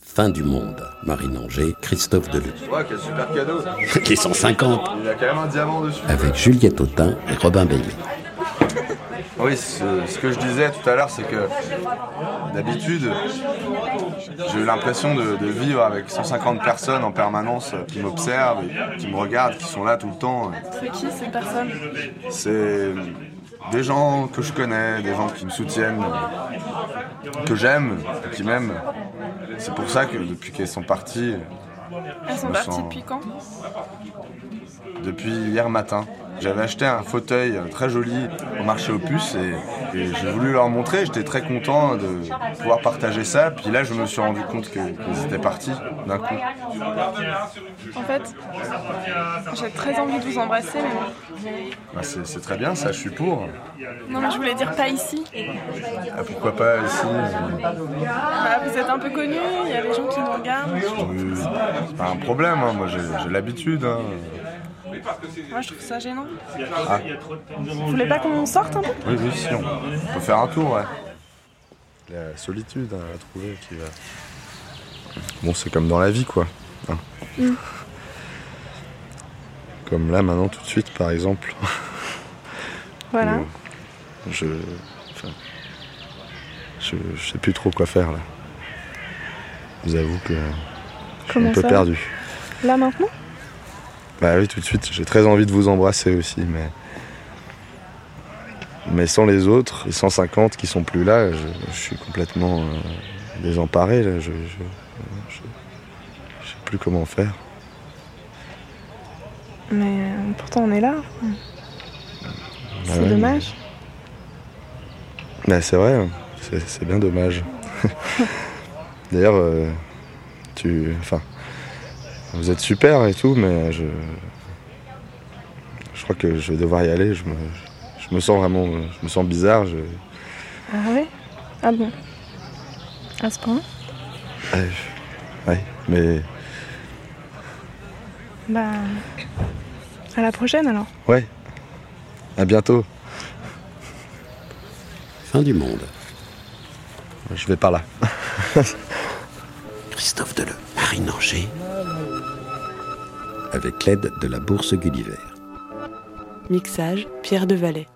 fin du monde. Marine Angers, Christophe Deleu. Ouais, quel super cadeau. Les 150 Il a carrément un diamant dessus. avec Juliette Autain et Robin Bailey. Oui, ce, ce que je disais tout à l'heure, c'est que d'habitude, j'ai eu l'impression de, de vivre avec 150 personnes en permanence euh, qui m'observent, et qui me regardent, qui sont là tout le temps. C'est qui ces personnes C'est euh, des gens que je connais, des gens qui me soutiennent, euh, que j'aime, qui m'aiment. C'est pour ça que depuis qu'elles sont parties, Elles sont me parties sens- depuis quand depuis hier matin. J'avais acheté un fauteuil euh, très joli au marché aux puces et, et j'ai voulu leur montrer. J'étais très content de pouvoir partager ça. Puis là, je me suis rendu compte que- qu'ils étaient partis d'un coup. En fait, j'ai très envie de vous embrasser, mais bon. Bah, c'est c'est très bien, ça, je suis pour. Non, mais je voulais dire pas ici. Ah, pourquoi pas ici euh, Bah, vous êtes un peu connus, il y a des gens qui nous regardent. euh, C'est pas un problème, hein. moi j'ai j'ai l'habitude. hein. Moi, je trouve ça gênant. Vous voulez pas qu'on sorte un peu Oui, oui, si, on peut faire un tour, ouais. La solitude hein, à trouver qui va. Bon, c'est comme dans la vie, quoi. hein. Mm. Comme là, maintenant, tout de suite, par exemple. Voilà. où Je. enfin, je, je sais plus trop quoi faire, là. Je vous avoue que. Je suis Comment un peu ça perdu. Là maintenant Bah oui, tout de suite, j'ai très envie de vous embrasser aussi, mais. Mais sans les autres, les 150 qui sont plus là, je, je suis complètement euh, désemparé. Là. Je, je, je- je sais plus comment faire. Mais euh, pourtant, on est là. Ah ouais, C'est dommage. Bah c'est vrai, hein. c'est c'est bien dommage. D'ailleurs, euh, tu. Enfin. Vous êtes super et tout, mais je. Je crois que je vais devoir y aller. Je me, je me sens vraiment. Je me sens bizarre. Je, Ah ouais Ah bon À ce point Ouais, ouais, mais Bah. À la prochaine alors. ouais. À bientôt. Fin du monde. Je vais par là. Christophe Deleu, Marine Angers. Avec l'aide de la Bourse Gulliver. Mixage Pierre de Vallée.